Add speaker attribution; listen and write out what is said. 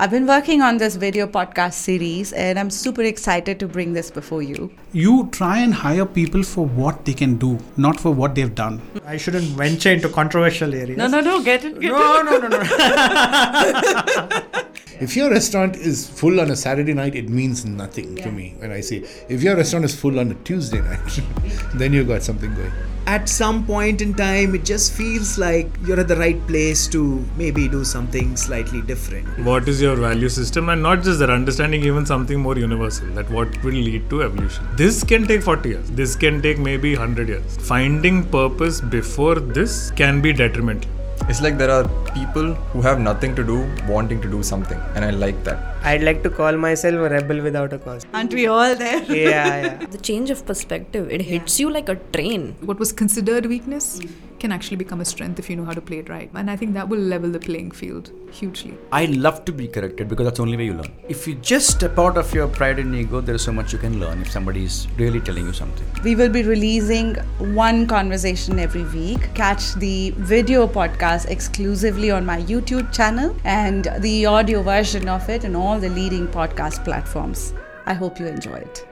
Speaker 1: I've been working on this video podcast series and I'm super excited to bring this before you.
Speaker 2: You try and hire people for what they can do, not for what they've done.
Speaker 3: I shouldn't venture into controversial areas.
Speaker 4: No, no, no, get it. Get
Speaker 3: no, no, no, no.
Speaker 5: If your restaurant is full on a Saturday night, it means nothing to me when I say. If your restaurant is full on a Tuesday night, then you've got something going.
Speaker 6: at some point in time it just feels like you're at the right place to maybe do something slightly different
Speaker 7: what is your value system and not just that understanding even something more universal that what will lead to evolution this can take 40 years this can take maybe 100 years finding purpose before this can be detrimental
Speaker 8: It's like there are people who have nothing to do wanting to do something, and I like that.
Speaker 3: I'd like to call myself a rebel without a cause.
Speaker 1: Aren't we all there?
Speaker 3: Yeah, yeah.
Speaker 9: The change of perspective, it hits you like a train.
Speaker 4: What was considered weakness can actually become a strength if you know how to play it right. And I think that will level the playing field hugely.
Speaker 10: I love to be corrected because that's the only way you learn. If you just step out of your pride and ego, there is so much you can learn if somebody is really telling you something.
Speaker 1: We will be releasing one conversation every week. Catch the video podcast exclusively on my YouTube channel and the audio version of it on all the leading podcast platforms. I hope you enjoy it.